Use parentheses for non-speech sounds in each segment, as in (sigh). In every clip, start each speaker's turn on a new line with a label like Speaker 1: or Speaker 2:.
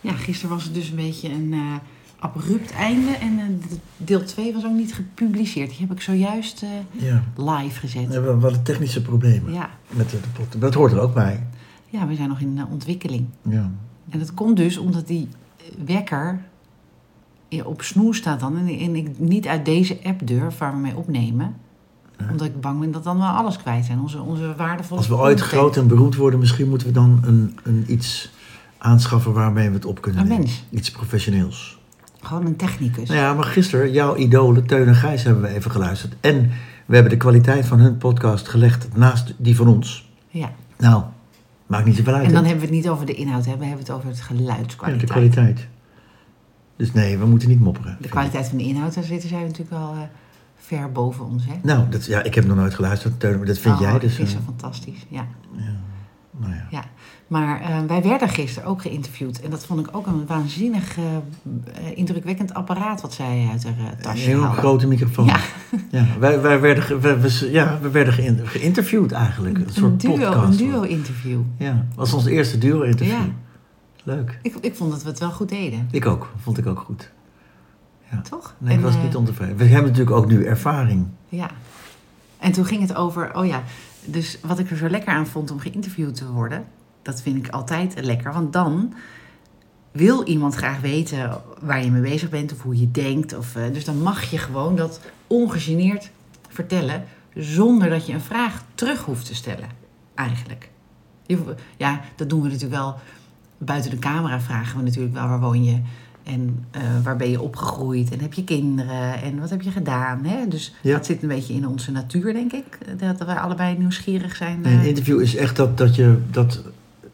Speaker 1: Ja, gisteren was het dus een beetje een eh, abrupt einde. En eh, de- deel 2 was ook niet gepubliceerd. Die heb ik zojuist eh,
Speaker 2: Ja.
Speaker 1: live gezet.
Speaker 2: We hebben wat technische problemen
Speaker 1: Ja.
Speaker 2: met de, de pot. Maar dat hoort er ook bij.
Speaker 1: ja, we zijn nog in eh, ontwikkeling.
Speaker 2: Ja.
Speaker 1: En dat komt dus omdat die eh, wekker eh, op snoer staat dan. En, en ik niet uit deze app durf waar we mee opnemen.
Speaker 2: Ja.
Speaker 1: Omdat ik bang ben dat dan wel alles kwijt zijn. Onze, onze waardevolle
Speaker 2: Als we ooit
Speaker 1: content.
Speaker 2: groot en beroemd worden, misschien moeten we dan een, een iets aanschaffen waarmee we het op kunnen
Speaker 1: Een
Speaker 2: nemen.
Speaker 1: mens.
Speaker 2: Iets professioneels.
Speaker 1: Gewoon een technicus.
Speaker 2: Nou ja, maar gisteren, jouw idolen Teun en Gijs hebben we even geluisterd. En we hebben de kwaliteit van hun podcast gelegd naast die van ons.
Speaker 1: Ja.
Speaker 2: Nou, maakt niet zoveel uit.
Speaker 1: En dan
Speaker 2: hè?
Speaker 1: hebben we het niet over de inhoud, hè? we hebben het over het
Speaker 2: Ja,
Speaker 1: geluidskwaliteit.
Speaker 2: de kwaliteit. Dus nee, we moeten niet mopperen.
Speaker 1: De
Speaker 2: vind ik.
Speaker 1: kwaliteit van de inhoud, daar zitten zij natuurlijk wel eh, ver boven ons. Hè?
Speaker 2: Nou, dat, ja, ik heb nog nooit geluisterd, Teun, maar dat vind
Speaker 1: Oh,
Speaker 2: jij dus.
Speaker 1: Dat is
Speaker 2: eh,
Speaker 1: zo fantastisch, ja.
Speaker 2: ja, nou ja.
Speaker 1: ja. Maar eh, wij werden gisteren ook geïnterviewd. En dat vond ik ook een waanzinnig eh, eh, indrukwekkend apparaat wat zij uit haar eh,
Speaker 2: Een
Speaker 1: tasje
Speaker 2: heel
Speaker 1: haalde.
Speaker 2: grote microfoon.
Speaker 1: Ja.
Speaker 2: Ja, wij, wij werden, ge- we, we- ja, we werden geïn- geïnterviewd eigenlijk. Een, soort
Speaker 1: Een duo,
Speaker 2: podcast.
Speaker 1: een duo-interview.
Speaker 2: Ja, was ons eerste duo-interview.
Speaker 1: Ja.
Speaker 2: Leuk.
Speaker 1: Ik, ik vond dat we het wel goed deden,
Speaker 2: Ik ook, vond ik ook goed.
Speaker 1: toch?
Speaker 2: Nee, ik was
Speaker 1: eh,
Speaker 2: niet ontevreden. We hebben natuurlijk ook nu ervaring.
Speaker 1: Ja. En toen ging het over, oh ja, dus wat ik er zo lekker aan vond om geïnterviewd te worden, dat vind ik altijd lekker. Want dan wil iemand graag weten waar je mee bezig bent of hoe je denkt. Of, eh, dus dan mag je gewoon dat ongegeneerd vertellen, zonder dat je een vraag terug hoeft te stellen, eigenlijk. Je hoeft- Ja, dat doen we natuurlijk wel. Buiten de camera vragen we natuurlijk wel waar woon je en eh, waar ben je opgegroeid en heb je kinderen en wat heb je gedaan. Hè? Dus
Speaker 2: Ja.
Speaker 1: dat zit een beetje in onze natuur, denk ik. eh, Dat we allebei nieuwsgierig zijn.
Speaker 2: Nee, een
Speaker 1: eh.
Speaker 2: interview is echt dat, dat je dat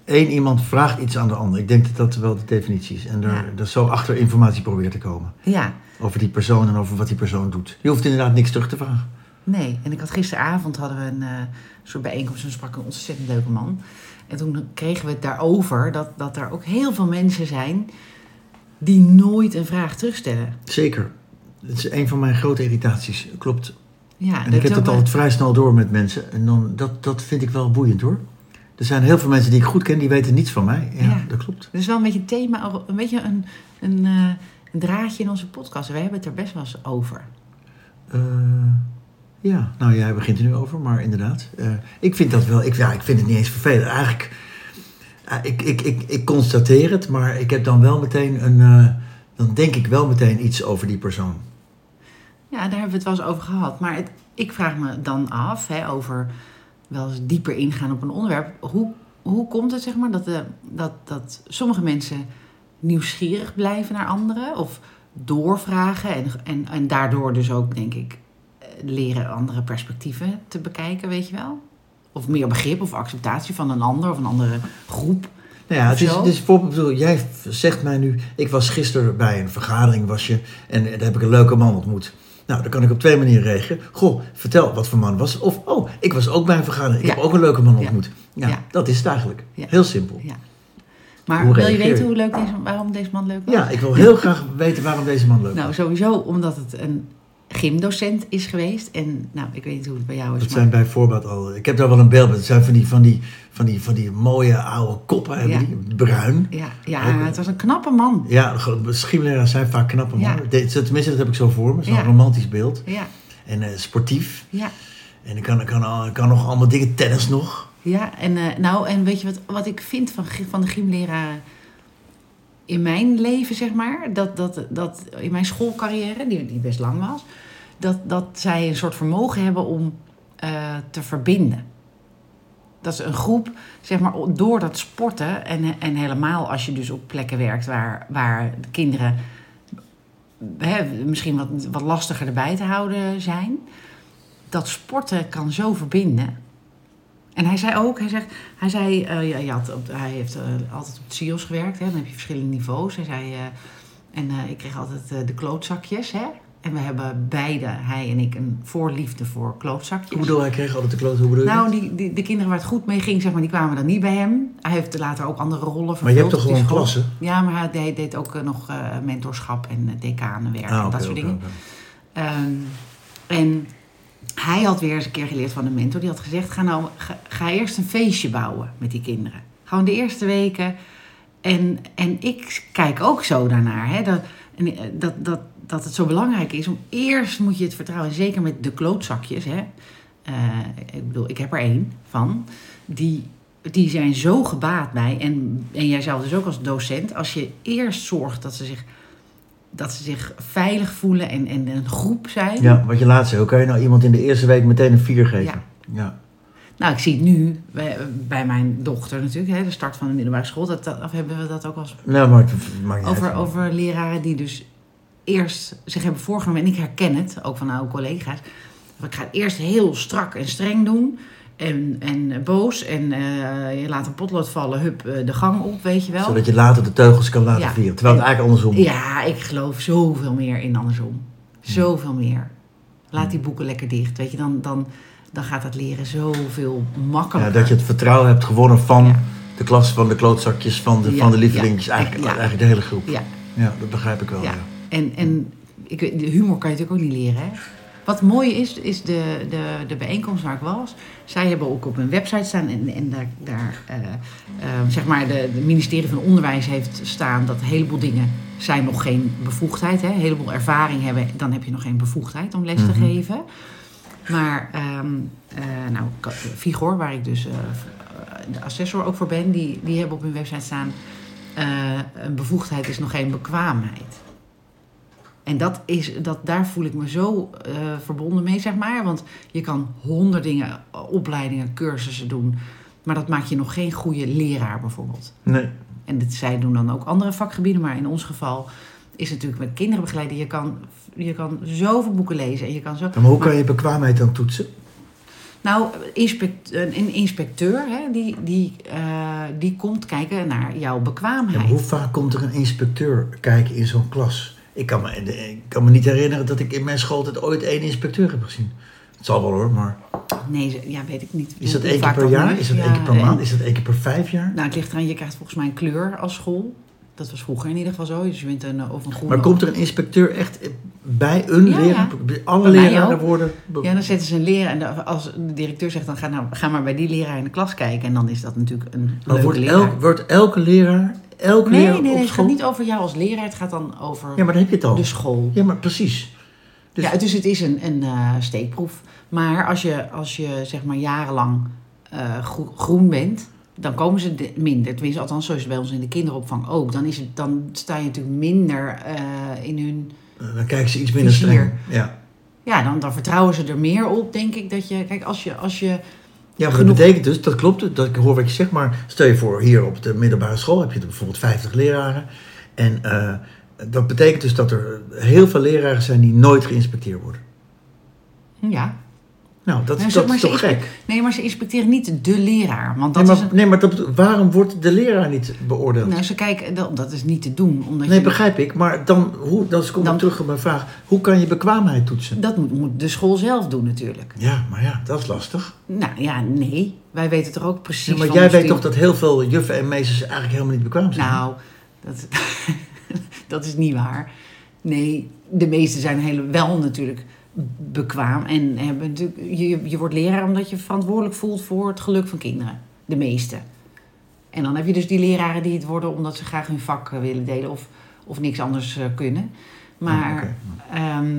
Speaker 2: één iemand vraagt iets aan de ander. Ik denk dat dat wel de definitie is. En daar
Speaker 1: Ja.
Speaker 2: daar zo achter informatie probeert te komen.
Speaker 1: Ja,
Speaker 2: Over die persoon en over wat die persoon doet. Je hoeft inderdaad niks terug te vragen.
Speaker 1: nee. En ik had gisteravond hadden we een eh, soort bijeenkomst en sprak een ontzettend leuke man. En toen kregen we het daarover dat, dat er ook heel veel mensen zijn die nooit een vraag terugstellen.
Speaker 2: Zeker. Het is een van mijn grote irritaties. Klopt.
Speaker 1: Ja,
Speaker 2: En
Speaker 1: is
Speaker 2: ik heb
Speaker 1: ook
Speaker 2: dat
Speaker 1: wel-
Speaker 2: altijd vrij snel door met mensen. En dan, dat, dat vind ik wel boeiend hoor. Er zijn heel veel mensen die ik goed ken, die weten niets van mij. Ja,
Speaker 1: Ja.
Speaker 2: dat klopt.
Speaker 1: Dat is wel een beetje een thema, een beetje een, een, eh, een draadje in onze podcast. We hebben het er best wel eens over.
Speaker 2: Eh, ja, nou jij begint er nu over, maar inderdaad. Eh, ik vind dat wel, ik, ja, ik vind het niet eens vervelend. Eigenlijk, eh, ik, ik, ik, ik constateer het, maar ik heb dan wel meteen een, eh, dan denk ik wel meteen iets over die persoon.
Speaker 1: Ja, daar hebben we het wel eens over gehad. Maar het, ik vraag me dan af, hè, over wel eens dieper ingaan op een onderwerp. Hoe, hoe komt het, zeg maar, dat, de, dat, dat sommige mensen nieuwsgierig blijven naar anderen? Of doorvragen en, en, en daardoor dus ook, denk ik, eh, leren andere perspectieven te bekijken, weet je wel? Of meer begrip of acceptatie van een ander of een andere groep.
Speaker 2: Nou ja, het is,
Speaker 1: Zo.
Speaker 2: het is bijvoorbeeld, ik bedoel, jij v- zegt mij nu, ik was gisteren bij een vergadering, was je, en eh, daar heb ik een leuke man ontmoet. Nou, dan kan ik op twee manieren reageren. Goh, vertel wat voor man het was. Of, oh, ik was ook bij een vergadering, ik
Speaker 1: Ja.
Speaker 2: heb ook een leuke man
Speaker 1: Ja.
Speaker 2: ontmoet. Ja,
Speaker 1: Ja.
Speaker 2: dat is het eigenlijk.
Speaker 1: Ja.
Speaker 2: Heel simpel.
Speaker 1: Ja. Maar
Speaker 2: Hoe
Speaker 1: wil je
Speaker 2: reageer je?
Speaker 1: weten hoe leuk deze, waarom deze man leuk was?
Speaker 2: Ja, ik wil heel graag weten waarom deze man leuk
Speaker 1: Nou,
Speaker 2: was.
Speaker 1: sowieso omdat het een gymdocent is geweest. En nou, ik weet niet hoe het bij jou is,
Speaker 2: Dat
Speaker 1: maar...
Speaker 2: zijn bij voorbaat al, ik heb daar wel een beeld bij. Dat zijn van die, van die, van die, van die mooie oude koppen, hebben
Speaker 1: Ja.
Speaker 2: die, bruin.
Speaker 1: Ja, ja,
Speaker 2: eh,
Speaker 1: het was een knappe man.
Speaker 2: Ja, gewoon, schiemeleraars zijn vaak knappe
Speaker 1: Ja.
Speaker 2: mannen. De- Tenminste, dat heb ik zo voor me, zo'n
Speaker 1: Ja.
Speaker 2: romantisch beeld.
Speaker 1: Ja,
Speaker 2: En eh, sportief.
Speaker 1: ja,
Speaker 2: En ik kan, ik kan, al- ik kan nog allemaal dingen, tennis nog.
Speaker 1: ja. En, eh, nou, en weet je wat, wat ik vind van, gy- van de gymleraren in mijn leven, zeg maar? Dat, dat, dat in mijn schoolcarrière, die, die best lang was... Dat, dat zij een soort vermogen hebben om eh, te verbinden. Dat is een groep, zeg maar, door dat sporten en, en helemaal als je dus op plekken werkt waar, waar de kinderen hè, misschien wat, wat lastiger erbij te houden zijn. Dat sporten kan zo verbinden. En hij zei ook, hij, zegt, hij, zei, eh, ja, je had op- hij heeft eh, altijd op het CIO's gewerkt, hè, dan heb je verschillende niveaus. Hij zei, eh, en eh, ik kreeg altijd eh, de klootzakjes, hè. En we hebben beide, hij en ik, een voorliefde voor klootzakjes.
Speaker 2: Ik bedoel, hij kreeg altijd de klote, hoe bedoel je
Speaker 1: Nou,
Speaker 2: dat?
Speaker 1: die, die, de kinderen waar het goed mee ging, zeg maar, die kwamen dan niet bij hem. Hij heeft later ook andere rollen vervuld.
Speaker 2: Maar je hebt toch
Speaker 1: op die
Speaker 2: gewoon
Speaker 1: school.
Speaker 2: klassen?
Speaker 1: Ja, maar hij deed, deed ook eh, nog eh, mentorschap en eh, decanenwerk en
Speaker 2: Ah, oké,
Speaker 1: dat soort
Speaker 2: oké,
Speaker 1: dingen.
Speaker 2: oké.
Speaker 1: Ehm, en hij had weer eens een keer geleerd van een mentor. Die had gezegd, ga, nou, ga, ga eerst een feestje bouwen met die kinderen. Gewoon de eerste weken En, en ik kijk ook zo daarnaar. Hè? Dat, en, eh, dat, dat, dat het zo belangrijk is om eerst moet je het vertrouwen, zeker met de klootzakjes. Hè? Eh, ik bedoel, ik heb er één van. Die, die zijn zo gebaat bij. En, en jijzelf dus ook als docent. Als je eerst zorgt dat ze zich, dat ze zich veilig voelen en, en een groep zijn.
Speaker 2: Ja, wat je laatst zei, hoe kan je nou iemand in de eerste week meteen een 4 geven? Ja.
Speaker 1: Nou, ik zie het nu bij, bij mijn dochter natuurlijk, hè, de start van de middelbare school. Dat, dat, of hebben we dat ook al eens
Speaker 2: Nou, maar het maakt niet
Speaker 1: over,
Speaker 2: uit.
Speaker 1: over leraren die dus eerst zich hebben voorgenomen. En ik herken het, ook van oude collega's. Ik ga het eerst heel strak en streng doen. En, en boos. En eh, je laat een potlood vallen, hup, eh, de gang op, weet je wel.
Speaker 2: Zodat je later de teugels kan laten
Speaker 1: Ja.
Speaker 2: vieren. Terwijl het eigenlijk andersom is.
Speaker 1: Ja, ik geloof zoveel meer in andersom. Zoveel meer. Laat die boeken lekker dicht, weet je. Dan, dan, dan gaat dat leren zoveel
Speaker 2: Ja,
Speaker 1: makkelijker.
Speaker 2: dat je het vertrouwen hebt gewonnen van
Speaker 1: Ja.
Speaker 2: de klas, van de klootzakjes, van de,
Speaker 1: Ja,
Speaker 2: van de lievelings,
Speaker 1: ja,
Speaker 2: eigenlijk,
Speaker 1: ja.
Speaker 2: eigenlijk de hele groep. Ja.
Speaker 1: Ja,
Speaker 2: dat begrijp ik wel. Ja.
Speaker 1: Ja, en, en ik, weet- de humor kan je natuurlijk ook niet leren. Hè? Wat mooi is, is de, de, de bijeenkomst waar ik was. Zij hebben ook op hun website staan en, en daar, daar eh, eh, zeg maar, de, de ministerie van Onderwijs heeft staan dat een heleboel dingen zijn nog geen bevoegdheid. Hè? Een heleboel ervaring hebben, dan heb je nog geen bevoegdheid om les
Speaker 2: Mhm.
Speaker 1: te geven. Maar, ehm, eh, nou, Ka- Vigor, waar ik dus eh, v- de assessor ook voor ben, die, die hebben op hun website staan. eh, een bevoegdheid is nog geen bekwaamheid. En dat is, dat, daar voel ik me zo eh, verbonden mee, zeg maar. Want je kan honderd dingen, eh, opleidingen, cursussen doen. Maar dat maakt je nog geen goede leraar, bijvoorbeeld.
Speaker 2: Nee.
Speaker 1: En dit, zij doen dan ook andere vakgebieden, maar in ons geval is het natuurlijk met kinderen begeleiden. Je kan, je kan zoveel boeken lezen en je kan zo.
Speaker 2: Maar hoe kan je bekwaamheid dan toetsen?
Speaker 1: Nou, inspect- een een inspecteur hè, die, die, eh, die komt kijken naar jouw
Speaker 2: Ja, maar hoe
Speaker 1: bekwaamheid.
Speaker 2: vaak komt er een inspecteur kijken in zo'n klas? Ik kan, me, ik kan me niet herinneren dat ik in mijn schooltijd ooit één inspecteur heb gezien. Het zal wel hoor, maar
Speaker 1: Nee, ze- ja, weet ik niet.
Speaker 2: is dat
Speaker 1: Hoe
Speaker 2: één keer
Speaker 1: vaak
Speaker 2: per jaar?
Speaker 1: nu
Speaker 2: Is dat
Speaker 1: Ja,
Speaker 2: één keer per
Speaker 1: en-
Speaker 2: maand? Is dat één keer per vijf jaar?
Speaker 1: Nou, het ligt eraan, je krijgt volgens mij een kleur als school. Dat was vroeger in ieder geval zo. Dus je bent een, eh, of een groene.
Speaker 2: Maar komt er een inspecteur echt bij een
Speaker 1: Ja,
Speaker 2: leraar? Alle
Speaker 1: Bij mij
Speaker 2: leraren
Speaker 1: ook.
Speaker 2: worden... be-
Speaker 1: Ja, dan zetten ze een leraar. En de- als de directeur zegt, dan ga, nou, ga maar bij die leraar in de klas kijken. En dan is dat natuurlijk een
Speaker 2: maar
Speaker 1: leuke
Speaker 2: wordt,
Speaker 1: leraar.
Speaker 2: elk, wordt elke leraar, elke
Speaker 1: Nee, nee,
Speaker 2: leraar
Speaker 1: nee,
Speaker 2: op
Speaker 1: het gaat
Speaker 2: school...
Speaker 1: niet Dus- over jou als leraar. Het gaat dan over
Speaker 2: Ja, maar dan heb je het al.
Speaker 1: de school.
Speaker 2: Ja, maar precies. Dus-
Speaker 1: ja, dus het is een, een eh, steekproef. Maar als je, als je zeg maar jarenlang eh, gro- groen bent, dan komen ze de- minder. Tenminste, althans, zo is het bij ons in de kinderopvang ook. Dan, is het, dan sta je natuurlijk minder eh, in hun.
Speaker 2: Eh, Dan kijken ze iets minder
Speaker 1: Vizier.
Speaker 2: streng. Ja,
Speaker 1: Ja, dan, dan vertrouwen ze er meer op, denk ik. Dat je, kijk, als je, als je
Speaker 2: ja maar dat
Speaker 1: Genoeg.
Speaker 2: betekent dus, dat klopt, dat ik hoor wat je zegt, maar stel je voor, hier op de middelbare school heb je er bijvoorbeeld 50 leraren. En eh, dat betekent dus dat er heel veel leraren zijn die nooit geïnspecteerd worden.
Speaker 1: ja,
Speaker 2: Nou, dat,
Speaker 1: Nou,
Speaker 2: is
Speaker 1: zeg
Speaker 2: dat
Speaker 1: maar,
Speaker 2: is
Speaker 1: ze
Speaker 2: toch
Speaker 1: is-
Speaker 2: gek?
Speaker 1: Nee, maar ze inspecteren niet de leraar. Want dat
Speaker 2: nee,
Speaker 1: is
Speaker 2: maar,
Speaker 1: een,
Speaker 2: nee, maar dat, bedo- waarom wordt de leraar niet beoordeeld?
Speaker 1: nou, ze kijken, dat, dat is niet te doen. Omdat
Speaker 2: nee,
Speaker 1: je,
Speaker 2: begrijp ik. Maar dan, hoe, dan kom ik
Speaker 1: Dan-
Speaker 2: terug op mijn vraag. Hoe kan je bekwaamheid toetsen?
Speaker 1: dat moet, moet de school zelf doen natuurlijk.
Speaker 2: Ja, maar ja, dat is lastig.
Speaker 1: Nou ja, nee. Wij weten toch ook precies.
Speaker 2: Ja, maar
Speaker 1: van
Speaker 2: jij
Speaker 1: ons
Speaker 2: weet
Speaker 1: team.
Speaker 2: toch dat heel veel juffen en meesters eigenlijk helemaal niet bekwaam zijn?
Speaker 1: Nou, dat, Nou, dat (laughs) is niet waar. Nee, de meesten zijn hele, wel natuurlijk bekwaam. En hebben natuurlijk, je, je wordt leraar omdat je verantwoordelijk voelt voor het geluk van kinderen. De meeste. En dan heb je dus die leraren die het worden omdat ze graag hun vak eh, willen delen of, of niks anders eh, kunnen. Maar
Speaker 2: Ah, oké.
Speaker 1: ehm,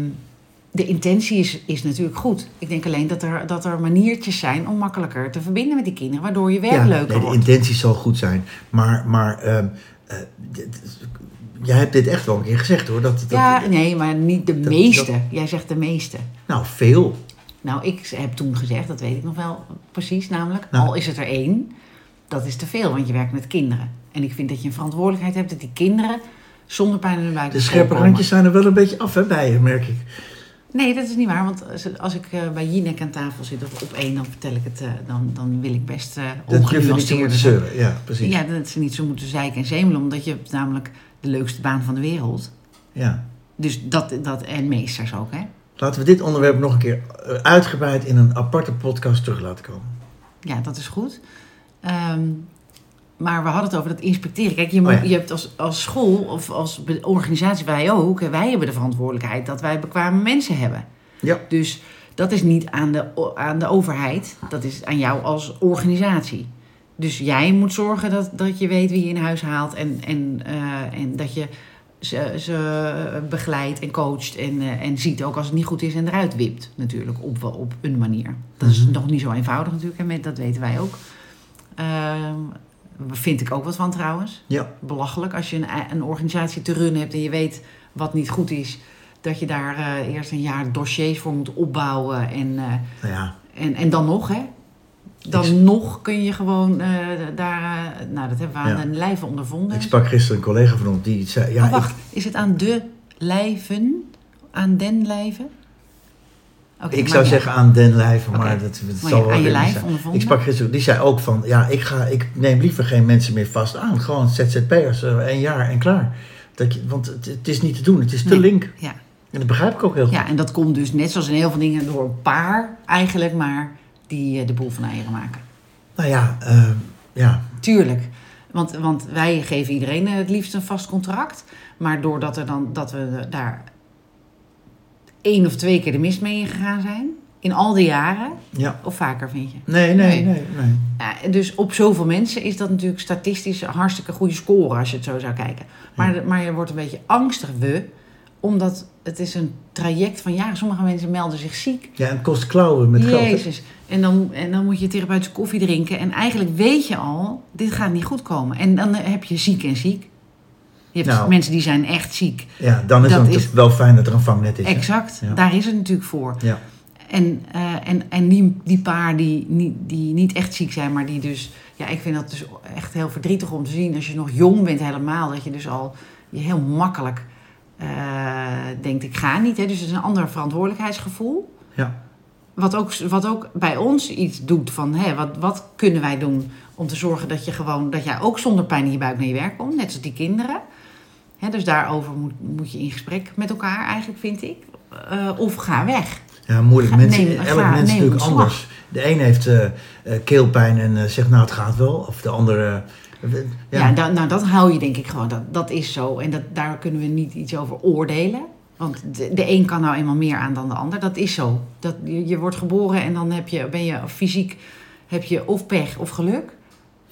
Speaker 1: de intentie is, is natuurlijk goed. Ik denk alleen dat er, dat er maniertjes zijn om makkelijker te verbinden met die kinderen, waardoor je werk leuker
Speaker 2: nee, de
Speaker 1: wordt.
Speaker 2: intentie zal goed zijn. Maar, maar ehm, eh, dit- jij hebt dit echt wel een keer gezegd hoor. Dat, dat,
Speaker 1: Ja, nee, maar niet de
Speaker 2: dat-
Speaker 1: meeste. Jij zegt de meeste.
Speaker 2: Nou, veel.
Speaker 1: Nou, ik heb toen gezegd, dat weet ik nog wel precies namelijk,
Speaker 2: Nou.
Speaker 1: al is het er één, dat is te veel, want je werkt met kinderen. En ik vind dat je een verantwoordelijkheid hebt dat die kinderen zonder pijn in hun buik
Speaker 2: De
Speaker 1: op
Speaker 2: scherpe
Speaker 1: school
Speaker 2: randjes zijn er wel een beetje af hè, bij je, merk ik.
Speaker 1: komen. Nee, dat is niet waar, want als- als ik eh, bij Jinek aan tafel zit of op één, dan vertel ik het, eh, dan, dan wil ik best eh
Speaker 2: Dat juffen niet zo
Speaker 1: ongenuanceerd
Speaker 2: moeten
Speaker 1: zijn.
Speaker 2: zeuren. Ja, precies.
Speaker 1: Ja, dat ze niet zo moeten zeiken en zemelen, omdat je hebt namelijk de leukste baan van de wereld.
Speaker 2: ja.
Speaker 1: Dus dat, dat en meesters ook, hè?
Speaker 2: Laten we dit onderwerp nog een keer eh, uitgebreid in een aparte podcast terug laten komen.
Speaker 1: Ja, dat is goed. Ehm, maar we hadden het over dat inspecteren. Kijk, je, moet,
Speaker 2: Oh ja.
Speaker 1: je hebt als, als school of als be- organisatie, wij ook, hè, wij hebben de verantwoordelijkheid dat wij bekwame mensen hebben.
Speaker 2: Ja.
Speaker 1: Dus dat is niet aan de, o- aan de overheid, dat is aan jou als organisatie. Dus jij moet zorgen dat, dat je weet wie je in huis haalt en, en, eh, en dat je ze, ze begeleidt en coacht en, eh, en ziet ook als het niet goed is en eruit wipt natuurlijk op, wel- op een manier. Dat is
Speaker 2: Mhm.
Speaker 1: nog niet zo eenvoudig natuurlijk, hè, met- dat weten wij ook. Ehm, vind ik ook wat van trouwens
Speaker 2: Ja,
Speaker 1: belachelijk als je een, een organisatie te runnen hebt en je weet wat niet goed is. Dat je daar eh, eerst een jaar dossiers voor moet opbouwen. En, eh,
Speaker 2: nou ja.
Speaker 1: en, en dan nog, hè? Dan
Speaker 2: Ik-
Speaker 1: nog kun je gewoon eh, daar. eh, nou, dat hebben we aan
Speaker 2: Ja.
Speaker 1: de lijve ondervonden.
Speaker 2: Ik sprak gisteren een collega van ons die zei... Ja,
Speaker 1: Oh,
Speaker 2: ik,
Speaker 1: wacht, is het aan de lijven? Aan den lijven? Oké,
Speaker 2: ik
Speaker 1: maakt
Speaker 2: zou
Speaker 1: niet
Speaker 2: zeggen aan den lijve, maar
Speaker 1: Oké.
Speaker 2: dat, dat
Speaker 1: uit. Maar
Speaker 2: zal
Speaker 1: ja,
Speaker 2: wel
Speaker 1: aan je
Speaker 2: weer niet
Speaker 1: lijf
Speaker 2: zijn.
Speaker 1: ondervonden.
Speaker 2: Ik sprak gisteren, die zei ook van... Ja, ik, ga, ik neem liever geen mensen meer vast aan. Gewoon ZZP'ers, eh, één jaar en klaar. Dat je, want het, het is niet te doen, het is te
Speaker 1: Nee.
Speaker 2: link.
Speaker 1: Ja.
Speaker 2: En dat begrijp ik ook heel goed.
Speaker 1: ja, en dat komt dus net zoals in heel veel dingen door een paar eigenlijk maar die eh, de boel van eieren maken.
Speaker 2: Nou ja, eh, ja.
Speaker 1: Tuurlijk. Want, want wij geven iedereen eh, het liefst een vast contract. Maar doordat er dan, dat we eh, daar één of twee keer de mis mee ingegaan zijn. In al die jaren.
Speaker 2: ja.
Speaker 1: Of vaker, vind je.
Speaker 2: Nee, nee,
Speaker 1: Nee.
Speaker 2: nee, nee.
Speaker 1: Ja, dus op zoveel mensen is dat natuurlijk statistisch een hartstikke goede score. Als je het zo zou kijken. Maar, maar je wordt een beetje angstig, we. Omdat het is een traject van jaren. Sommige mensen melden zich ziek.
Speaker 2: Ja, en het kost klauwen met geld. hè?
Speaker 1: Jezus. En dan, en dan moet je therapeutische koffie drinken. En eigenlijk weet je al, dit gaat niet goed komen. En dan heb je ziek en ziek. Je hebt
Speaker 2: Nou.
Speaker 1: mensen die zijn echt ziek.
Speaker 2: Ja, dan is
Speaker 1: Dat
Speaker 2: het
Speaker 1: is-
Speaker 2: natuurlijk wel fijn dat er een vangnet is. hè?
Speaker 1: exact.
Speaker 2: Ja.
Speaker 1: Daar is het natuurlijk voor.
Speaker 2: Ja.
Speaker 1: En, eh, en, en die, die paar die, niet- die niet echt ziek zijn, maar die dus... Ja, ik vind dat dus echt heel verdrietig om te zien. Als je nog jong bent helemaal, dat je dus al je heel makkelijk eh, denkt, ik ga niet. Hè? Dus het is een ander verantwoordelijkheidsgevoel.
Speaker 2: Ja.
Speaker 1: Wat ook, wat ook bij ons iets doet van hè, wat, wat kunnen wij doen om te zorgen dat je gewoon dat jij ook zonder pijn in je buik naar je werk komt, net als die kinderen. Hè, dus daarover moet, moet je in gesprek met elkaar, eigenlijk vind ik. Eh, of ga weg.
Speaker 2: ja, moeilijk.
Speaker 1: Ga-
Speaker 2: Mensen,
Speaker 1: neem-
Speaker 2: elk
Speaker 1: ga-
Speaker 2: mens is
Speaker 1: neem
Speaker 2: natuurlijk
Speaker 1: ontslag.
Speaker 2: anders. De een heeft eh, eh, keelpijn en eh, zegt nou het gaat wel. Of de andere... eh, eh,
Speaker 1: Ja,
Speaker 2: ja.
Speaker 1: da- nou dat hou je denk ik gewoon. Dat, dat is zo. En dat, daar kunnen we niet iets over oordelen. Want de, de een kan nou eenmaal meer aan dan de ander. Dat is zo. Dat, je, je wordt geboren en dan heb je, ben je fysiek heb je of pech of geluk.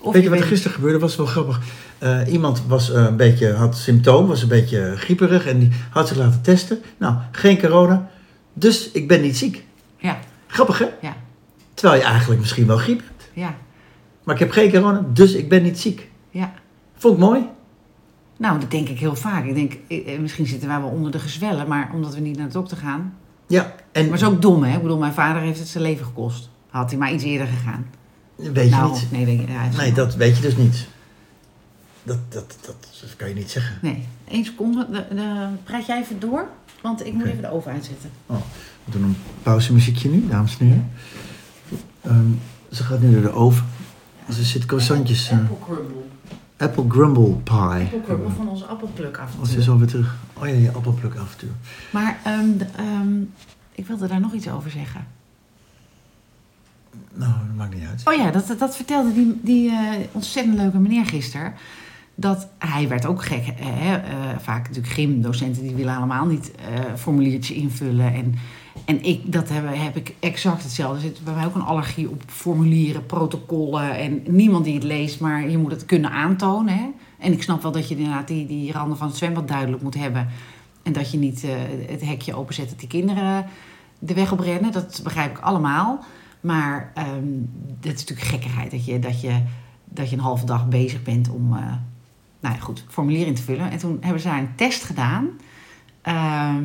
Speaker 1: Of
Speaker 2: Weet je wat er
Speaker 1: bent-
Speaker 2: gisteren gebeurde? was wel grappig. Eh, iemand was, eh, een beetje, had symptoom, was een beetje grieperig en die had zich laten testen. Nou, geen corona, dus ik ben niet ziek.
Speaker 1: Ja,
Speaker 2: Grappig hè?
Speaker 1: ja,
Speaker 2: Terwijl je eigenlijk misschien wel griep hebt.
Speaker 1: ja,
Speaker 2: Maar ik heb geen corona, dus ik ben niet ziek.
Speaker 1: ja.
Speaker 2: Vond ik mooi.
Speaker 1: Nou, dat denk ik heel vaak. Ik denk, eh, eh, misschien zitten wij wel onder de gezwellen, maar omdat we niet naar de dokter gaan.
Speaker 2: Ja, en
Speaker 1: Maar het is ook dom, hè? Ik bedoel, mijn vader heeft het zijn leven gekost. Had hij maar iets eerder gegaan.
Speaker 2: weet je
Speaker 1: nou,
Speaker 2: niet.
Speaker 1: nee, weet je, ja, het is
Speaker 2: Nee,
Speaker 1: wel-
Speaker 2: dat weet je dus niet. Dat, dat, dat kan je niet zeggen.
Speaker 1: Nee, één seconde. De, de- praat jij even door? Want ik moet
Speaker 2: Oké.
Speaker 1: even de oven uitzetten.
Speaker 2: We doen een pauzemuziekje nu, dames en heren. Ehm, ze gaat nu door de oven. Ze zit croissantjes. eh,
Speaker 1: Apple crumble.
Speaker 2: apple grumble pie.
Speaker 1: Apple crumble van onze appelpluk af. en
Speaker 2: Oh, ze
Speaker 1: toe.
Speaker 2: is alweer terug. Oh ja, je appelplukavontuur.
Speaker 1: Maar ehm, de- ehm, ik wilde daar nog iets over zeggen.
Speaker 2: Nou, dat maakt niet uit.
Speaker 1: Oh ja, dat, dat vertelde die, die eh, ontzettend leuke meneer gisteren. Dat hij werd ook gek. eh, Hè? eh, vaak natuurlijk gymdocenten die willen allemaal niet eh formuliertjes invullen. En, en ik, dat heb, heb ik exact hetzelfde. Er zit bij mij ook een allergie op formulieren, protocollen. En niemand die het leest, maar je moet het kunnen aantonen. Hè? En ik snap wel dat je inderdaad die, die randen van het zwembad duidelijk moet hebben. En dat je niet eh, het hekje openzet dat die kinderen de weg op rennen. Dat begrijp ik allemaal. Maar ehm dat is natuurlijk gekkigheid. Dat je, dat, je, dat je een halve dag bezig bent om eh, nou ja, goed, formulier in te vullen. En toen hebben ze daar een test gedaan. Ehm,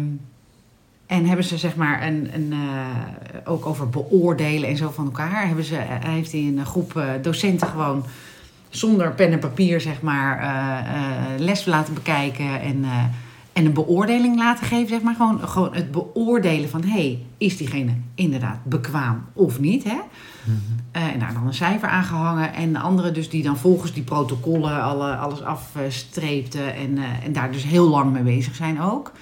Speaker 1: en hebben ze zeg maar een, een, eh, ook over beoordelen en zo van elkaar. Hebben ze, hij heeft hij een groep eh, docenten gewoon zonder pen en papier zeg maar eh, eh, les laten bekijken. En, eh, en een beoordeling laten geven, zeg maar. Gewoon, gewoon het beoordelen van, hé, hey, is diegene inderdaad bekwaam of niet, hè? Eh, en daar dan een cijfer aan gehangen. En de andere dus die dan volgens die protocollen alle, alles afstreepte. En, eh, en daar dus heel lang mee bezig zijn ook.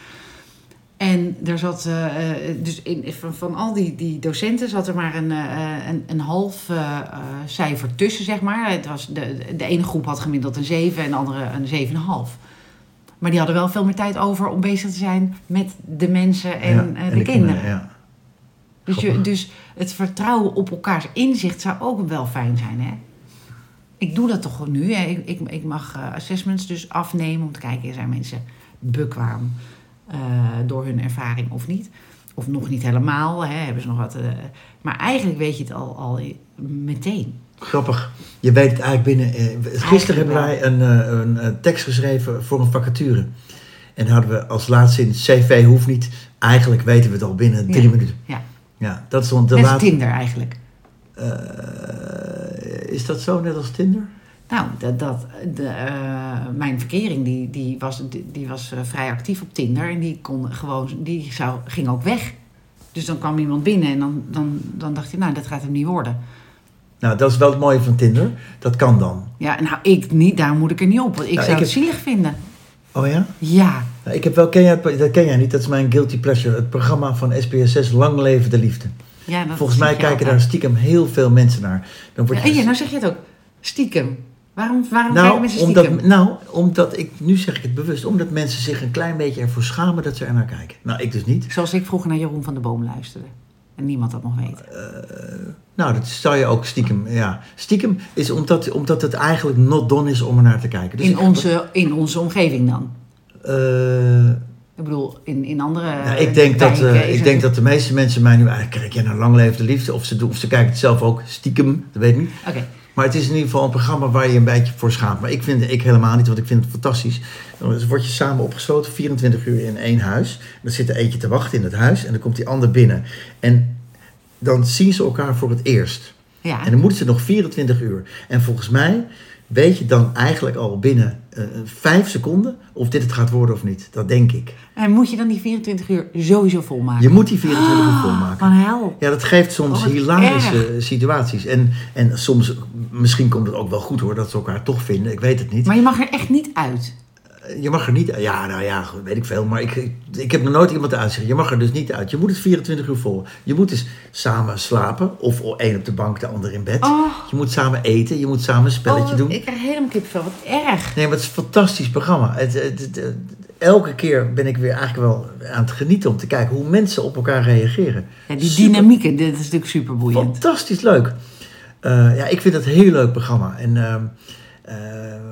Speaker 1: En er zat, eh, eh, dus in, van, van al die, die docenten zat er maar een, eh, eh, een, een half eh, eh, cijfer tussen, zeg maar. Het was de, de ene groep had gemiddeld een 7 en de andere een 7,5. Maar die hadden wel veel meer tijd over om bezig te zijn met de mensen en,
Speaker 2: Ja,
Speaker 1: eh, de, kinderen.
Speaker 2: ja.
Speaker 1: Dus, je,
Speaker 2: Grappig.
Speaker 1: dus het vertrouwen op elkaars inzicht zou ook wel fijn zijn, hè? Ik doe dat toch gewoon nu. Hè. Ik, ik, ik mag eh, assessments dus afnemen om te kijken, zijn mensen bekwaam eh, door hun ervaring of niet. Of nog niet helemaal, hè, hebben ze nog wat. eh, maar eigenlijk weet je het al, al i- meteen.
Speaker 2: Grappig. Je weet het eigenlijk binnen. eh, we- gisteren hebben wij een, eh, een, eh, tekst geschreven voor een vacature. En hadden we als laatste in het CV hoeft niet. Eigenlijk weten we het al binnen drie
Speaker 1: Ja.
Speaker 2: minuten.
Speaker 1: Ja.
Speaker 2: Ja, dat stond de
Speaker 1: Net als
Speaker 2: laatste.
Speaker 1: Tinder eigenlijk.
Speaker 2: Eh, is dat zo net als Tinder?
Speaker 1: Nou, dat, dat, de, eh, mijn verkering die, die was, die, die was eh, vrij actief op Tinder en die, kon gewoon, die zou, ging ook weg. Dus dan kwam iemand binnen en dan, dan, dan dacht je, nou, dat gaat hem niet worden.
Speaker 2: Nou, dat is wel het mooie van Tinder. Dat kan dan.
Speaker 1: Ja, nou, ik niet, daar moet ik er niet op, want ik
Speaker 2: Nou,
Speaker 1: zou
Speaker 2: ik
Speaker 1: het zielig vinden.
Speaker 2: Oh ja?
Speaker 1: Ja,
Speaker 2: Nou, ik heb wel, ken jij, het- dat ken jij niet, dat is mijn guilty pleasure. Het programma van SBS6, Lang Leven de Liefde.
Speaker 1: ja dat
Speaker 2: Volgens
Speaker 1: zie
Speaker 2: mij
Speaker 1: je
Speaker 2: kijken daar
Speaker 1: altijd.
Speaker 2: stiekem heel veel mensen naar. Dan word je dus-
Speaker 1: Ja, ja, nou zeg je het ook. Stiekem. Waarom, waarom kijken
Speaker 2: Nou
Speaker 1: mensen stiekem?
Speaker 2: omdat, nou, omdat ik, nu zeg ik het bewust, omdat mensen zich een klein beetje ervoor schamen dat ze er naar kijken. Nou, ik dus niet.
Speaker 1: Zoals ik vroeger naar Jeroen van de Boom luisterde. En niemand dat nog weet.
Speaker 2: Nou, dat zou je ook stiekem, ja. Stiekem is omdat, omdat het eigenlijk not done is om er naar te kijken. Dus
Speaker 1: in,
Speaker 2: ik-
Speaker 1: onze, in onze omgeving dan.
Speaker 2: eh,
Speaker 1: Ik bedoel, in, in andere.
Speaker 2: nou, ik denk, dat, eh,
Speaker 1: wijken is
Speaker 2: ik
Speaker 1: het-
Speaker 2: denk dat de meeste mensen mij nu eigenlijk kijk jij naar Lang Leven de Liefde. Of ze, doen, of ze kijken het zelf ook stiekem, dat weet ik niet.
Speaker 1: Oké,
Speaker 2: Maar het is in ieder geval een programma waar je een beetje voor schaamt. Maar ik vind ik helemaal niet, want ik vind het fantastisch. Dan word je samen opgesloten, 24 uur in één huis. Dan zit er eentje te wachten in het huis en dan komt die ander binnen. En dan zien ze elkaar voor het eerst.
Speaker 1: ja.
Speaker 2: En dan moeten ze nog 24 uur. En volgens mij weet je dan eigenlijk al binnen eh, vijf seconden of dit het gaat worden of niet. Dat denk ik.
Speaker 1: En moet je dan die 24 uur sowieso volmaken?
Speaker 2: Je moet die 24 uur volmaken.
Speaker 1: Van hel.
Speaker 2: Ja, dat geeft soms
Speaker 1: Oh, wat
Speaker 2: hilarische situaties. En, en soms, misschien komt het ook wel goed hoor, dat ze elkaar toch vinden. Ik weet het niet.
Speaker 1: Maar je mag er echt niet uit.
Speaker 2: Je mag er niet... Ja, nou ja, goed, weet ik veel. Maar ik, ik, ik heb nog nooit iemand uitzeggen. Je mag er dus niet uit. Je moet het 24 uur vol. Je moet dus samen slapen. Of één op de bank, de ander in bed.
Speaker 1: Oh.
Speaker 2: Je moet samen eten. Je moet samen een spelletje
Speaker 1: Oh,
Speaker 2: doen.
Speaker 1: Ik krijg helemaal kippenvel. Wat erg.
Speaker 2: Nee, maar het is een fantastisch programma. Het, het- het- het- elke keer ben ik weer eigenlijk wel aan het genieten om te kijken hoe mensen op elkaar reageren.
Speaker 1: Ja, die
Speaker 2: Super
Speaker 1: dynamieken, dit is natuurlijk super boeiend.
Speaker 2: Fantastisch leuk. Eh, ja, ik vind dat een heel leuk programma. En ehm eh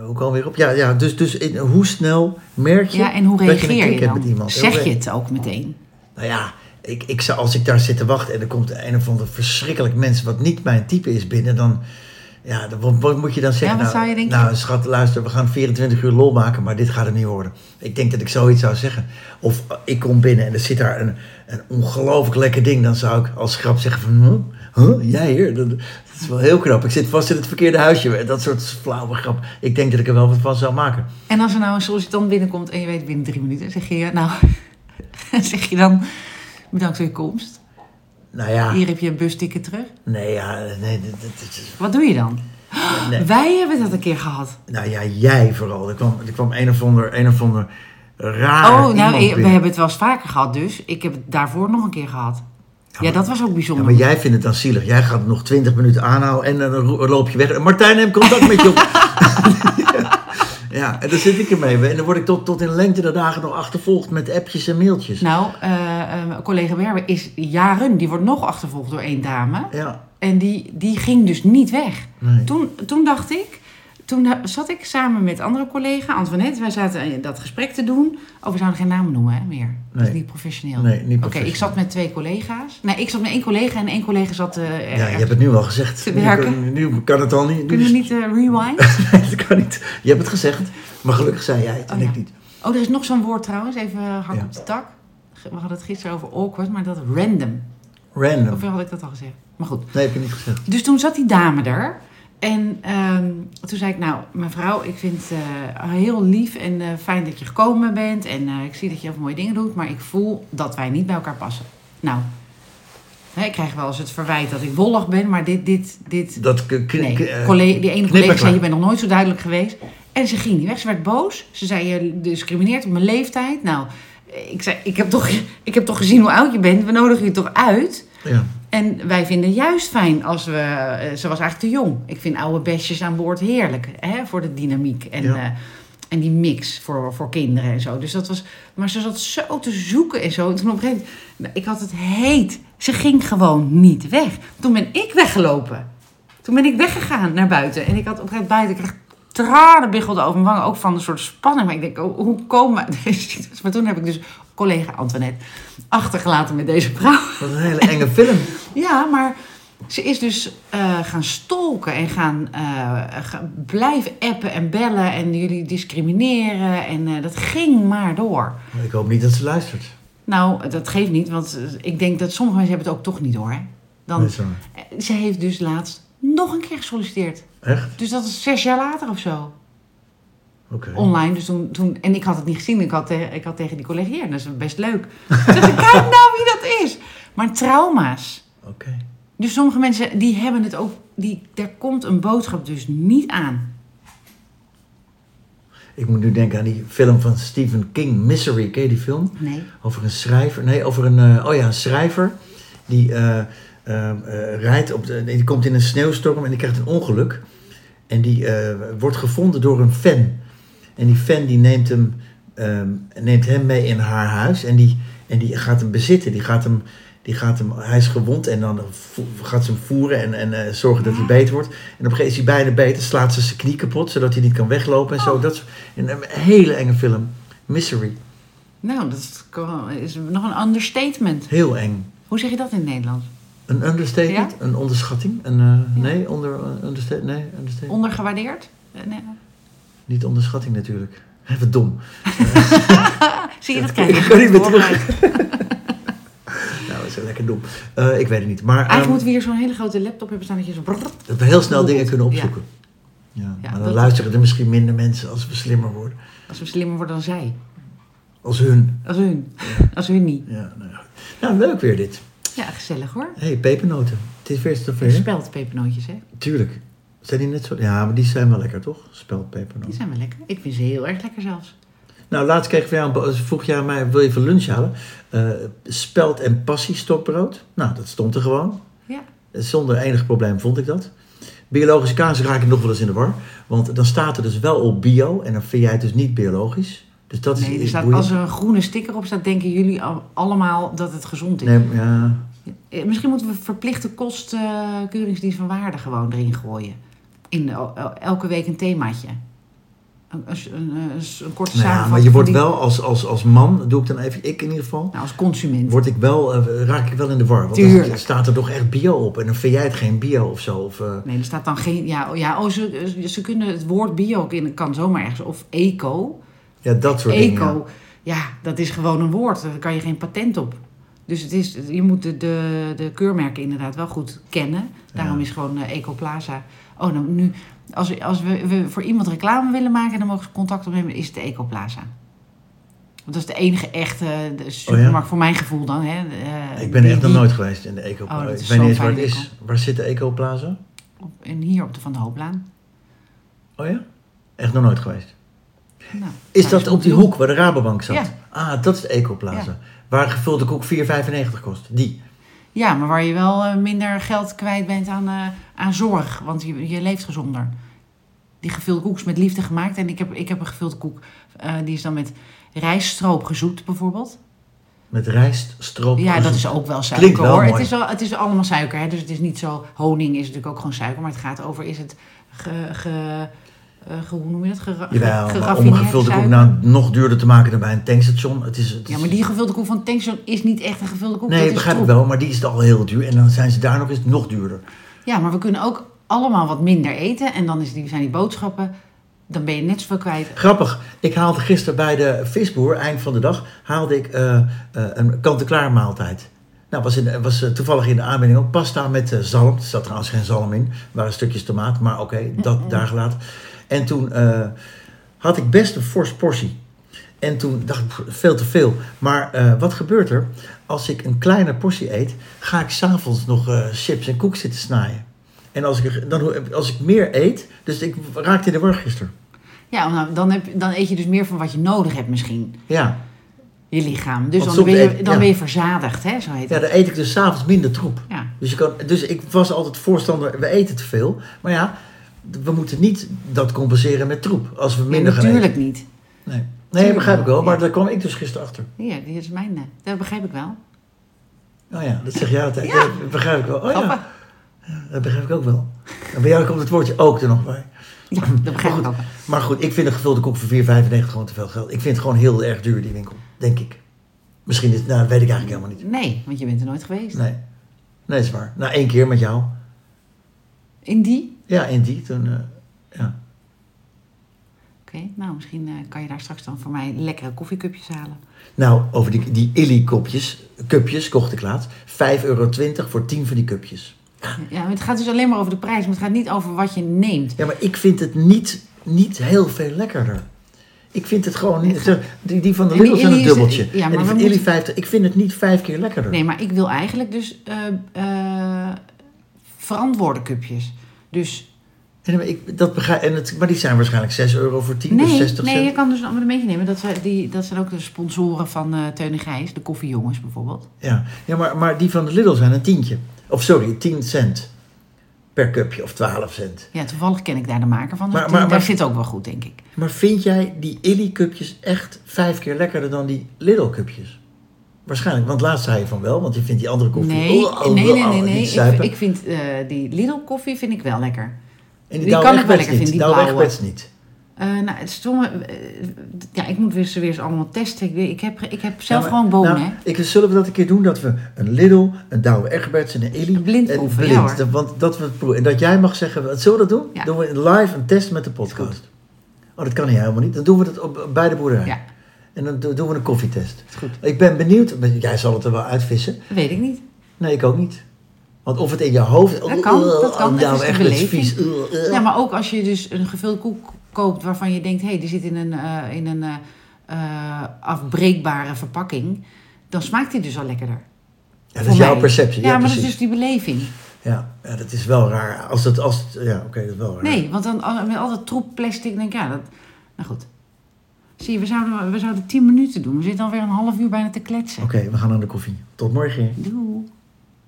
Speaker 2: hoe kwam weer op? Ja, ja dus, dus in, hoe snel merk je
Speaker 1: Ja, en hoe
Speaker 2: dat je een
Speaker 1: reageer
Speaker 2: klik
Speaker 1: je,
Speaker 2: hebt met
Speaker 1: dan?
Speaker 2: iemand?
Speaker 1: Zeg
Speaker 2: Hoe-
Speaker 1: je het ook meteen?
Speaker 2: Nou ja, ik, ik zou, als ik daar zit te wachten en er komt een of ander verschrikkelijk mens wat niet mijn type is binnen, dan... Ja, dan- wat, wat moet je dan zeggen?
Speaker 1: Ja, wat
Speaker 2: nou,
Speaker 1: zou je denken?
Speaker 2: nou, schat, luister, we gaan 24 uur lol maken, maar dit gaat er niet worden. Ik denk dat ik zoiets zou zeggen. Of eh, ik kom binnen en er zit daar een, een ongelooflijk lekker ding. Dan zou ik als grap zeggen van, huh? Huh? jij hier? Dat, dat is wel heel knap. Ik zit vast in het verkeerde huisje. Dat soort flauwe grap. Ik denk dat ik er wel wat van zou maken.
Speaker 1: En als er nou een sollicitant binnenkomt en je weet binnen drie minuten, zeg je nou, (laughs) zeg je dan bedankt voor je komst.
Speaker 2: Nou ja,
Speaker 1: Hier heb je een busticket terug.
Speaker 2: nee, ja, nee, dat, dat, dat,
Speaker 1: Wat doe je dan?
Speaker 2: nee.
Speaker 1: Wij hebben dat een keer gehad.
Speaker 2: Nou ja, jij vooral. Er kwam, er kwam een of ander, een of ander raar
Speaker 1: oh, nou,
Speaker 2: iemand
Speaker 1: ik- we
Speaker 2: binnen.
Speaker 1: hebben het wel eens vaker gehad, dus ik heb het daarvoor nog een keer gehad. Ja, dat was ook
Speaker 2: Ja,
Speaker 1: bijzonder.
Speaker 2: maar jij vindt het dan zielig. Jij gaat nog twintig minuten aanhouden en dan ro- loop je weg. Martijn, neem contact met je
Speaker 1: (laughs)
Speaker 2: op. ja, en dan zit ik ermee. En dan word ik tot, tot in lengte de dagen nog achtervolgd met appjes en mailtjes.
Speaker 1: Nou, eh, eh, collega Berber is jaren, die wordt nog achtervolgd door één dame.
Speaker 2: Ja,
Speaker 1: En die, die ging dus niet weg.
Speaker 2: nee.
Speaker 1: Toen, toen dacht ik, toen ha- zat ik samen met andere collega, Antoinette, wij zaten eh, dat gesprek te doen. Oh, we zouden geen namen noemen hè, meer. Dat is
Speaker 2: Nee.
Speaker 1: niet professioneel.
Speaker 2: Nee, niet
Speaker 1: Oké, ik
Speaker 2: professioneel.
Speaker 1: zat met twee collega's. Nee, ik zat met één collega en één collega zat... eh,
Speaker 2: Ja,
Speaker 1: er-
Speaker 2: je hebt het dus- nu al gezegd.
Speaker 1: Te
Speaker 2: Nu
Speaker 1: werken.
Speaker 2: kan- Nu kan het al niet. Nu
Speaker 1: Kunnen we
Speaker 2: is-
Speaker 1: niet eh, rewind?
Speaker 2: (laughs) Nee, dat kan niet. Je hebt het gezegd. Maar gelukkig zei jij het en
Speaker 1: Oh,
Speaker 2: ik
Speaker 1: ja.
Speaker 2: niet.
Speaker 1: oh, er is nog zo'n woord trouwens, even eh, hak
Speaker 2: Ja.
Speaker 1: op de tak. Ge- We hadden het gisteren over awkward, maar dat random.
Speaker 2: Random.
Speaker 1: Of had ik dat al gezegd? Maar goed.
Speaker 2: Nee, heb je niet gezegd.
Speaker 1: Dus toen zat die dame er. En ehm, toen zei ik, nou, mevrouw, ik vind het heel lief en eh, fijn dat je gekomen bent. En eh, ik zie dat je heel veel mooie dingen doet, maar ik voel dat wij niet bij elkaar passen. Nou, hè, ik krijg wel eens het verwijt dat ik wollig ben, maar dit, dit, dit...
Speaker 2: Dat k- k-
Speaker 1: Nee,
Speaker 2: k- eh,
Speaker 1: collega, die ene
Speaker 2: knipperklaar.
Speaker 1: collega zei, je bent nog nooit zo duidelijk geweest. En ze ging niet weg, ze werd boos. Ze zei, je discrimineert op mijn leeftijd. Nou, ik zei, ik heb toch, ik heb toch gezien hoe oud je bent, we nodigen je toch uit?
Speaker 2: ja.
Speaker 1: En wij vinden juist fijn als we. eh, Ze was eigenlijk te jong. Ik vind oude besjes aan boord heerlijk hè, voor de dynamiek en,
Speaker 2: Ja.
Speaker 1: eh, en die mix voor, voor kinderen en zo. Dus dat was. Maar ze zat zo te zoeken en zo. En toen op een gegeven moment. nou, ik had het heet. Ze ging gewoon niet weg. Toen ben ik weggelopen. Toen Toen ben ik weggegaan naar buiten. En ik had op een gegeven moment buiten, ik kreeg tranen biggelden over mijn wangen. Ook van een soort spanning. Maar ik denk, oh, hoe komen (laughs) we uit deze situatie? Maar toen heb ik dus collega Antoinette achtergelaten met deze vrouw.
Speaker 2: Dat is een hele enge film.
Speaker 1: Ja, maar ze is dus eh, gaan stalken en gaan eh, ga- blijven appen en bellen en jullie discrimineren. En eh, dat ging maar door.
Speaker 2: Maar Ik hoop niet dat ze luistert.
Speaker 1: Nou, dat geeft niet, want eh, ik denk dat sommige mensen hebben het ook toch niet door. Hè? Dan,
Speaker 2: Mensen.
Speaker 1: eh, ze heeft dus laatst nog een keer gesolliciteerd.
Speaker 2: Echt?
Speaker 1: Dus dat is zes jaar later of zo.
Speaker 2: Oké.
Speaker 1: Online. Dus toen, toen, en ik had het niet gezien. Ik had, te- ik had tegen die collega hier. Dat is best leuk. (laughs) Toen dacht ik, kijk nou wie dat is. Maar trauma's.
Speaker 2: Oké.
Speaker 1: Dus sommige mensen die hebben het ook. Die, daar komt een boodschap dus niet aan.
Speaker 2: Ik moet nu denken aan die film van Stephen King, Misery. Ken je die film?
Speaker 1: Nee.
Speaker 2: Over een schrijver. Nee, over een. eh, oh ja, een schrijver. Die eh, eh, eh, rijdt op. De, die komt in een sneeuwstorm en die krijgt een ongeluk. En die eh, wordt gevonden door een fan. En die fan die neemt hem, ehm, neemt hem mee in haar huis. En die, en die gaat hem bezitten. Die gaat hem, die gaat hem, hij is gewond en dan vo- gaat ze hem voeren en, en eh, zorgen dat hij beter wordt. En op een gegeven moment is hij bijna beter. Slaat ze zijn knie kapot zodat hij niet kan weglopen en zo. Dat is een, een hele enge film. Misery.
Speaker 1: Nou, dat is, is nog een understatement.
Speaker 2: Heel eng.
Speaker 1: Hoe zeg je dat in het Nederlands?
Speaker 2: Een understatement? Een onderschatting? Een, eh, Nee, onder, eh, understa- nee understatement.
Speaker 1: Ondergewaardeerd? Eh, nee.
Speaker 2: Niet onderschatting natuurlijk. (laughs) Hè, Wat dom.
Speaker 1: Zie je dat
Speaker 2: kan-
Speaker 1: kijken?
Speaker 2: ik kan niet meer terug. Nou, dat is wel lekker dom. Eh, ik weet het niet. Maar
Speaker 1: Eigenlijk
Speaker 2: ehm,
Speaker 1: moeten we hier zo'n hele grote laptop hebben staan dat je zo. brrrt.
Speaker 2: dat we heel snel
Speaker 1: Ja.
Speaker 2: dingen kunnen opzoeken. Ja. maar dan
Speaker 1: dat-
Speaker 2: luisteren er misschien minder mensen als we slimmer worden.
Speaker 1: Als we slimmer worden dan zij.
Speaker 2: Als hun.
Speaker 1: Als hun. Als hun niet.
Speaker 2: Ja, nou, ja. nou, leuk weer dit.
Speaker 1: Ja, gezellig hoor.
Speaker 2: Hé, hey, pepernoten. Het is weer zover. hè?
Speaker 1: Speld pepernootjes, hè?
Speaker 2: Tuurlijk. Zijn die net zo... Ja, maar die zijn wel lekker, toch?
Speaker 1: Die
Speaker 2: Speldpepernoten.
Speaker 1: zijn wel lekker. Ik vind ze heel erg lekker zelfs.
Speaker 2: Nou, laatst kreeg ik van jou, een bo- vroeg jij aan mij, wil je voor lunch halen? Eh, speld en passie stokbrood. Nou, dat stond er gewoon.
Speaker 1: Ja.
Speaker 2: Zonder enig probleem vond ik dat. Biologische kaas raak ik nog wel eens in de war. Want dan staat er dus wel op bio en dan vind jij het dus niet biologisch. Dus dat
Speaker 1: Nee,
Speaker 2: is,
Speaker 1: er
Speaker 2: is
Speaker 1: staat,
Speaker 2: boeiend.
Speaker 1: als er een groene sticker op staat, denken jullie al- allemaal dat het gezond is.
Speaker 2: Nee, maar ja. nou
Speaker 1: Eh, Misschien moeten we verplichte kost eh, keuringsdienst van waarde gewoon erin gooien. In de- el- el- elke week een themaatje. Een, een, een, een, een korte
Speaker 2: Nou ja,
Speaker 1: samenvatting.
Speaker 2: maar je
Speaker 1: van
Speaker 2: wordt
Speaker 1: die-
Speaker 2: wel als, als, als man, doe ik dan even, ik in ieder geval,
Speaker 1: Nou, als consument.
Speaker 2: word ik wel, eh, raak ik wel in de war. Want
Speaker 1: Tuurlijk.
Speaker 2: dan staat er toch echt bio op en dan vind jij het geen bio of zo. Of, eh,
Speaker 1: Nee, er staat dan geen... Ja, oh, ja oh, ze, ze- ze kunnen het woord bio in, kan zomaar ergens. Of eco.
Speaker 2: ja, dat soort dingen. ja.
Speaker 1: Eco, ja, dat is gewoon een woord. Daar kan je geen patent op. Dus het is, je moet de, de, de keurmerken inderdaad wel goed kennen. Daarom
Speaker 2: Ja.
Speaker 1: is gewoon eh, Ecoplaza. Oh, nou nu, als, als we, we voor iemand reclame willen maken, dan mogen ze contact opnemen, is het de Ecoplaza. Want dat is de enige echte eh, de supermarkt, voor mijn gevoel dan. Hè, eh,
Speaker 2: Oh, Ik ben
Speaker 1: die-
Speaker 2: echt nog
Speaker 1: die-
Speaker 2: nooit geweest in de Ecoplaza.
Speaker 1: Oh, dat is
Speaker 2: ik weet niet
Speaker 1: zo'n
Speaker 2: eens waar het
Speaker 1: fijne
Speaker 2: is. Waar zit de Ecoplaza?
Speaker 1: op- en hier op de Van de Hooplaan.
Speaker 2: Oh ja? Echt nog nooit geweest.
Speaker 1: Nou,
Speaker 2: Is
Speaker 1: nou,
Speaker 2: dat op die
Speaker 1: goed.
Speaker 2: hoek waar de Rabobank zat?
Speaker 1: Ja.
Speaker 2: Ah, dat is de Ecoplaza. Waar gevulde koek 4,95 kost. Die.
Speaker 1: Ja, maar waar je wel eh, minder geld kwijt bent aan, eh, aan zorg. Want je, je leeft gezonder. Die gevulde koek is met liefde gemaakt. En ik heb, ik heb een gevulde koek. eh, die is dan met rijststroop gezoet bijvoorbeeld.
Speaker 2: Met rijst, stroop.
Speaker 1: Ja, dat
Speaker 2: gezoet.
Speaker 1: is ook wel suiker
Speaker 2: Klinkt wel
Speaker 1: hoor.
Speaker 2: mooi.
Speaker 1: Het, is wel, het is allemaal suiker. Hè? Dus het is niet zo... Honing is natuurlijk ook gewoon suiker. Maar het gaat over... Is het... Ge, ge, eh, ge- hoe noem je dat? Gera- ge-
Speaker 2: (laughs) Jawel, maar om een
Speaker 1: geraffineerd
Speaker 2: gevulde koek
Speaker 1: suiker.
Speaker 2: nou nog duurder te maken dan bij een tankstation. Het is, het is-
Speaker 1: Ja, maar die gevulde koek van Tankstation is niet echt een gevulde koek. dat
Speaker 2: Nee,
Speaker 1: is
Speaker 2: begrijp ik
Speaker 1: troep.
Speaker 2: wel, maar die is al heel duur. En dan zijn ze daar nog eens nog duurder.
Speaker 1: Ja, maar we kunnen ook allemaal wat minder eten. En dan is die, zijn die boodschappen. Dan ben je net zoveel kwijt.
Speaker 2: Grappig, ik haalde gisteren bij de visboer, eind van de dag, haalde ik eh, eh, een kant-en-klaar maaltijd. Nou, was, in, was eh, toevallig in de aanbieding ook pasta met eh, zalm. Er zat trouwens geen zalm in, er waren stukjes tomaat, maar oké, dat daar gelaten. En toen eh, had ik best een fors portie. En toen dacht ik, pff, veel te veel. Maar eh, wat gebeurt er? Als ik een kleine portie eet, ga ik s'avonds nog eh, chips en koek zitten snijden. En als ik, er- dan, als ik meer eet, dus ik raakte in de war gisteren.
Speaker 1: Ja, nou, dan, heb, dan eet je dus meer van wat je nodig hebt misschien.
Speaker 2: Ja.
Speaker 1: Je lichaam. Dus
Speaker 2: Want
Speaker 1: dan ben
Speaker 2: soms
Speaker 1: je,
Speaker 2: eet-
Speaker 1: dan
Speaker 2: ja.
Speaker 1: ben je verzadigd, hè? Zo heet
Speaker 2: Ja,
Speaker 1: het.
Speaker 2: dan eet ik dus s'avonds minder troep.
Speaker 1: Ja.
Speaker 2: Dus, je kan, dus ik was altijd voorstander, we eten te veel. Maar ja, we moeten niet dat compenseren met troep. Als we
Speaker 1: Nee,
Speaker 2: minder gaan eten.
Speaker 1: natuurlijk niet.
Speaker 2: Nee, nee
Speaker 1: Tuurlijk
Speaker 2: begrijp ik wel.
Speaker 1: niet,
Speaker 2: Maar
Speaker 1: ja.
Speaker 2: daar kwam ik dus gisteren achter.
Speaker 1: Ja, die is mijn. eh, Dat begrijp ik wel.
Speaker 2: Oh ja, dat zeg jij altijd.
Speaker 1: Ja.
Speaker 2: Ja, begrijp ik wel. Oh ja.
Speaker 1: Grappig.
Speaker 2: Dat begrijp ik ook wel. En bij jou komt het woordje ook er nog bij.
Speaker 1: Ja, dat begrijp ik ook. wel.
Speaker 2: Maar goed, ik vind een gevulde kop voor 4,95 gewoon te veel geld. Ik vind het gewoon heel erg duur, die winkel. Denk ik. Misschien, is, nou, dat weet ik eigenlijk helemaal niet.
Speaker 1: Nee, want je bent er nooit geweest.
Speaker 2: Nee. Nee, dat is waar. Nou, één keer met jou.
Speaker 1: In die?
Speaker 2: Ja, in die. Toen, eh, ja.
Speaker 1: Oké, nou misschien eh, kan je daar straks dan voor mij lekkere koffiecupjes halen.
Speaker 2: Nou, over die, die Illy-kopjes, cupjes, kocht ik laatst. 5,20 euro voor 10 van die cupjes.
Speaker 1: Ja, maar het gaat dus alleen maar over de prijs, maar het gaat niet over wat je neemt.
Speaker 2: Ja, maar ik vind het niet, niet heel veel lekkerder. Ik vind het gewoon niet... Die, die van de
Speaker 1: En die
Speaker 2: Lidl zijn een
Speaker 1: Illy is-
Speaker 2: dubbeltje.
Speaker 1: ja, maar
Speaker 2: en die
Speaker 1: we
Speaker 2: van
Speaker 1: moeten-
Speaker 2: Illy 50... Ik vind het niet vijf keer lekkerder.
Speaker 1: Nee, maar ik wil eigenlijk dus eh eh, verantwoorde cupjes. Dus
Speaker 2: Nee, maar, ik, dat begrijp, en het, maar die zijn waarschijnlijk 6 euro voor 10, dus
Speaker 1: nee,
Speaker 2: 60
Speaker 1: nee,
Speaker 2: cent.
Speaker 1: je kan dus een abonnementje nemen. Dat zijn, die, dat zijn ook de sponsoren van eh Teun en Gijs, de koffiejongens bijvoorbeeld.
Speaker 2: Ja, ja maar, maar die van de Lidl zijn een tientje. Of sorry, 10 cent per cupje of 12 cent.
Speaker 1: Ja, toevallig ken ik daar de maker van. Dus
Speaker 2: Maar-
Speaker 1: die-
Speaker 2: maar-
Speaker 1: daar
Speaker 2: maar-
Speaker 1: zit ook wel goed, denk ik.
Speaker 2: Maar vind jij die Illy-cupjes echt vijf keer lekkerder dan die Lidl-cupjes? Waarschijnlijk, want laatst zei je van wel, want je vindt die andere koffie...
Speaker 1: Nee,
Speaker 2: Oh, oh,
Speaker 1: nee, nee,
Speaker 2: oh,
Speaker 1: nee.
Speaker 2: niet
Speaker 1: nee. Ik,
Speaker 2: zuipen.
Speaker 1: ik vind eh, die Lidl koffie vind ik wel lekker.
Speaker 2: en
Speaker 1: die kan ik wel
Speaker 2: Egberts
Speaker 1: lekker vinden,
Speaker 2: niet.
Speaker 1: die
Speaker 2: Douwe
Speaker 1: blauwe.
Speaker 2: Egberts niet.
Speaker 1: Eh, nou, het stomme... eh, ja, ik moet weer, ze weer eens allemaal testen. Ik, weet- ik, heb, ik heb zelf
Speaker 2: Ja, maar-
Speaker 1: gewoon bonen,
Speaker 2: nou,
Speaker 1: hè.
Speaker 2: Ik, zullen we dat een keer doen? Dat we een Lidl, een Douwe Egberts en een Illy...
Speaker 1: Een blind
Speaker 2: en
Speaker 1: proeven, ja, hoor.
Speaker 2: dat- want dat we het proeven. En dat jij mag zeggen... Zullen we dat doen?
Speaker 1: Ja.
Speaker 2: Doen we live een test met de podcast. Oh, dat kan niet, helemaal niet. Dan doen we dat op, bij de boerderij.
Speaker 1: Ja,
Speaker 2: En dan do- doen we een koffietest.
Speaker 1: is goed.
Speaker 2: Ik ben benieuwd. maar Jij zal het er wel uitvissen.
Speaker 1: Dat weet ik niet.
Speaker 2: Nee, ik ook niet. Want of het in je hoofd...
Speaker 1: Dat kan, dat kan. Het
Speaker 2: Nou,
Speaker 1: is een
Speaker 2: echt, dat is
Speaker 1: beleving.
Speaker 2: vies. Ugh, ugh.
Speaker 1: Ja, maar ook als je dus een gevulde koek koopt waarvan je denkt... hé, hey, die zit in een, eh, in een eh, eh, afbreekbare verpakking... dan smaakt die dus al lekkerder.
Speaker 2: Ja, dat
Speaker 1: voor
Speaker 2: is jouw
Speaker 1: mij.
Speaker 2: perceptie.
Speaker 1: Ja,
Speaker 2: Ja,
Speaker 1: maar dat
Speaker 2: precies. Oh,
Speaker 1: is dus die beleving.
Speaker 2: ja. ja, dat is wel raar. Als het... Als het ja, oké, dat is wel raar.
Speaker 1: Nee, want dan al- met al dat troep plastic denk ik, ja, dat... Nou goed. Zie je, we zouden, we zouden tien minuten doen. We zitten alweer een half uur bijna te kletsen.
Speaker 2: Oké, we gaan aan de koffie. Tot morgen.
Speaker 1: Doei.